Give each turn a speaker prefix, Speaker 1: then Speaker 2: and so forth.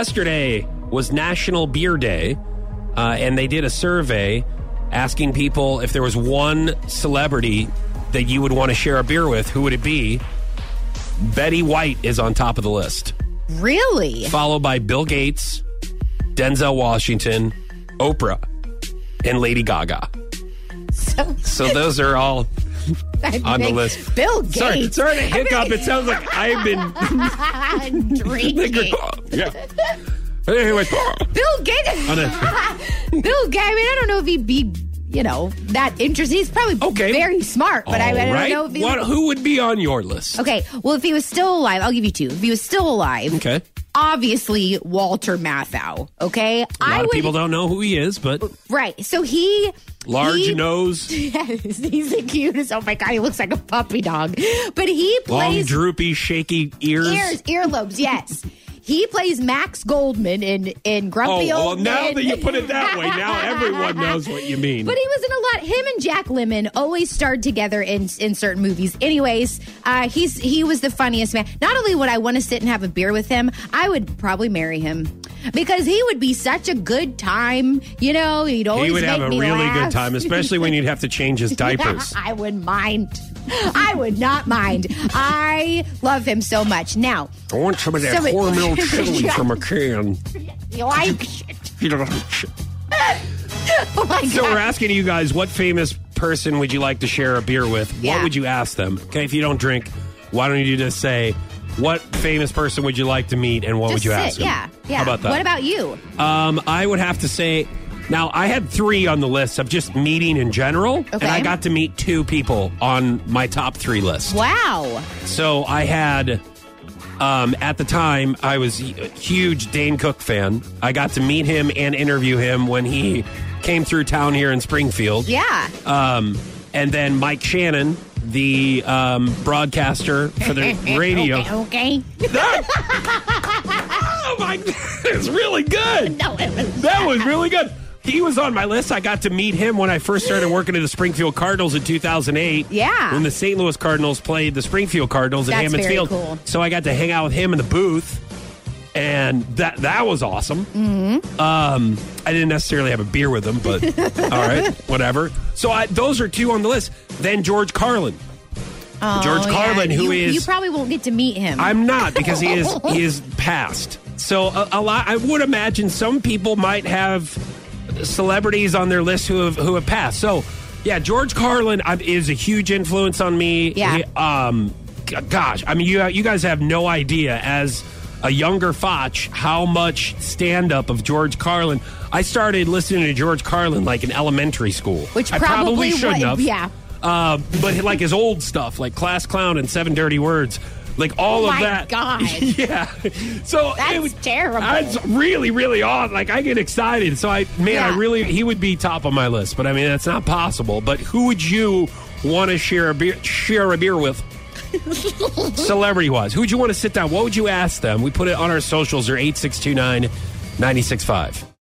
Speaker 1: Yesterday was National Beer Day, uh, and they did a survey asking people if there was one celebrity that you would want to share a beer with, who would it be? Betty White is on top of the list,
Speaker 2: Really?
Speaker 1: followed by Bill Gates, Denzel Washington, Oprah, and Lady Gaga.
Speaker 2: So
Speaker 1: So those are all
Speaker 2: I
Speaker 1: on the
Speaker 2: think
Speaker 1: list.
Speaker 2: Bill
Speaker 1: Sorry,
Speaker 2: Gates.
Speaker 1: sorry to hiccup. It sounds like I've been
Speaker 2: drinking.
Speaker 1: yeah. Anyway,
Speaker 2: Bill Gates.
Speaker 1: On
Speaker 2: Bill Gates. I mean, I don't know if he'd be, you know, that interesting. He's probably
Speaker 1: Okay.
Speaker 2: very smart, but I, I don't
Speaker 1: All right.
Speaker 2: know if he.
Speaker 1: What- who would be on your list?
Speaker 2: Okay, well, if he was still alive, I'll give you two. If he was still alive,
Speaker 1: Okay.
Speaker 2: obviously Walter Mathau. Okay,
Speaker 1: A
Speaker 2: I
Speaker 1: lot of
Speaker 2: would
Speaker 1: people don't know who he is, but
Speaker 2: right. So he
Speaker 1: large
Speaker 2: he,
Speaker 1: nose,
Speaker 2: Yes, he's the cutest. Oh my god, he looks like a puppy dog. But he
Speaker 1: long,
Speaker 2: plays
Speaker 1: droopy, shaky ears.
Speaker 2: ears, earlobes. Yes, he plays Max Goldman in in
Speaker 1: Oh,
Speaker 2: Grumpy
Speaker 1: well,
Speaker 2: Old
Speaker 1: now
Speaker 2: Men.
Speaker 1: that you put it that way, now everyone knows what you mean.
Speaker 2: But he was in a lot. Him and Jack Lemmon always starred together in in certain movies. Anyways, uh, he's he was the funniest man. Not only would I want to sit and have a beer with him, I would probably marry him because he would be such a good time. You know, he'd always
Speaker 1: he would
Speaker 2: make
Speaker 1: have a
Speaker 2: me
Speaker 1: really
Speaker 2: laugh.
Speaker 1: good time, especially when you'd have to change his diapers.
Speaker 2: I wouldn't mind. I would not mind. I love him so much. Now,
Speaker 1: I want some of that
Speaker 2: Somebody-
Speaker 1: hormel chili from a can.
Speaker 2: you like shit. Oh my
Speaker 1: So
Speaker 2: God.
Speaker 1: we're asking you guys, what famous person would you like to share a beer with? What
Speaker 2: Yeah.
Speaker 1: would you ask them? Okay, if you don't drink, why don't you just say, what famous person would you like to meet, and what would
Speaker 2: Just
Speaker 1: you
Speaker 2: sit.
Speaker 1: ask them?
Speaker 2: Yeah. Yeah.
Speaker 1: How about that?
Speaker 2: What about you?
Speaker 1: Um, I would have to say. Now I had three on the list of just meeting in general, and
Speaker 2: Okay.
Speaker 1: I got to meet two people on my top three list.
Speaker 2: Wow.
Speaker 1: So I had, um, at the time, I was a huge Dane Cook fan. I got to meet him and interview him when he came through town here in Springfield.
Speaker 2: Yeah.
Speaker 1: Um, and then Mike Shannon, the um, broadcaster for the Uh, radio.
Speaker 2: Okay. okay.
Speaker 1: Oh my! It's really good.
Speaker 2: No, it was-
Speaker 1: that was really good. He was on my list. I got to meet him when I first started working at the Springfield Cardinals in 2008.
Speaker 2: Yeah.
Speaker 1: when the St. Louis Cardinals played the Springfield Cardinals at
Speaker 2: That's
Speaker 1: Hammond
Speaker 2: very
Speaker 1: Field.
Speaker 2: cool.
Speaker 1: So I got to hang out with him in the booth, and that that was awesome.
Speaker 2: Mm-hmm.
Speaker 1: Um, I didn't necessarily have a beer with him, but all right, whatever. So I, those are two on the list. Then George Carlin. George
Speaker 2: Oh, yeah.
Speaker 1: Carlin, who
Speaker 2: you,
Speaker 1: is
Speaker 2: you probably won't get to meet him.
Speaker 1: I'm not because he is he is past. So a, a lot. I would imagine some people might have celebrities on their list who have who have passed. So yeah, George Carlin I, is a huge influence on me.
Speaker 2: Yeah.
Speaker 1: He- um. g- Gosh, I mean, you you guys have no idea as a younger Foch how much stand up of George Carlin. I started listening to George Carlin like in elementary school,
Speaker 2: Which
Speaker 1: I probably
Speaker 2: probably
Speaker 1: shouldn't
Speaker 2: wa-
Speaker 1: have.
Speaker 2: yeah.
Speaker 1: Uh, but like his old stuff, like Class Clown and Seven Dirty Words, like all
Speaker 2: Oh
Speaker 1: of
Speaker 2: my
Speaker 1: that.
Speaker 2: God.
Speaker 1: yeah. So
Speaker 2: That's
Speaker 1: it was-
Speaker 2: terrible.
Speaker 1: That's really, really odd. Like I get excited. So I, man, I
Speaker 2: Yeah.
Speaker 1: really, he would be top of my list. But I mean, that's not possible. But who would you want to share a beer share a beer with? Celebrity wise, who would you want to sit down? What would you ask them? We put it on our socials or eight six two nine ninety six five.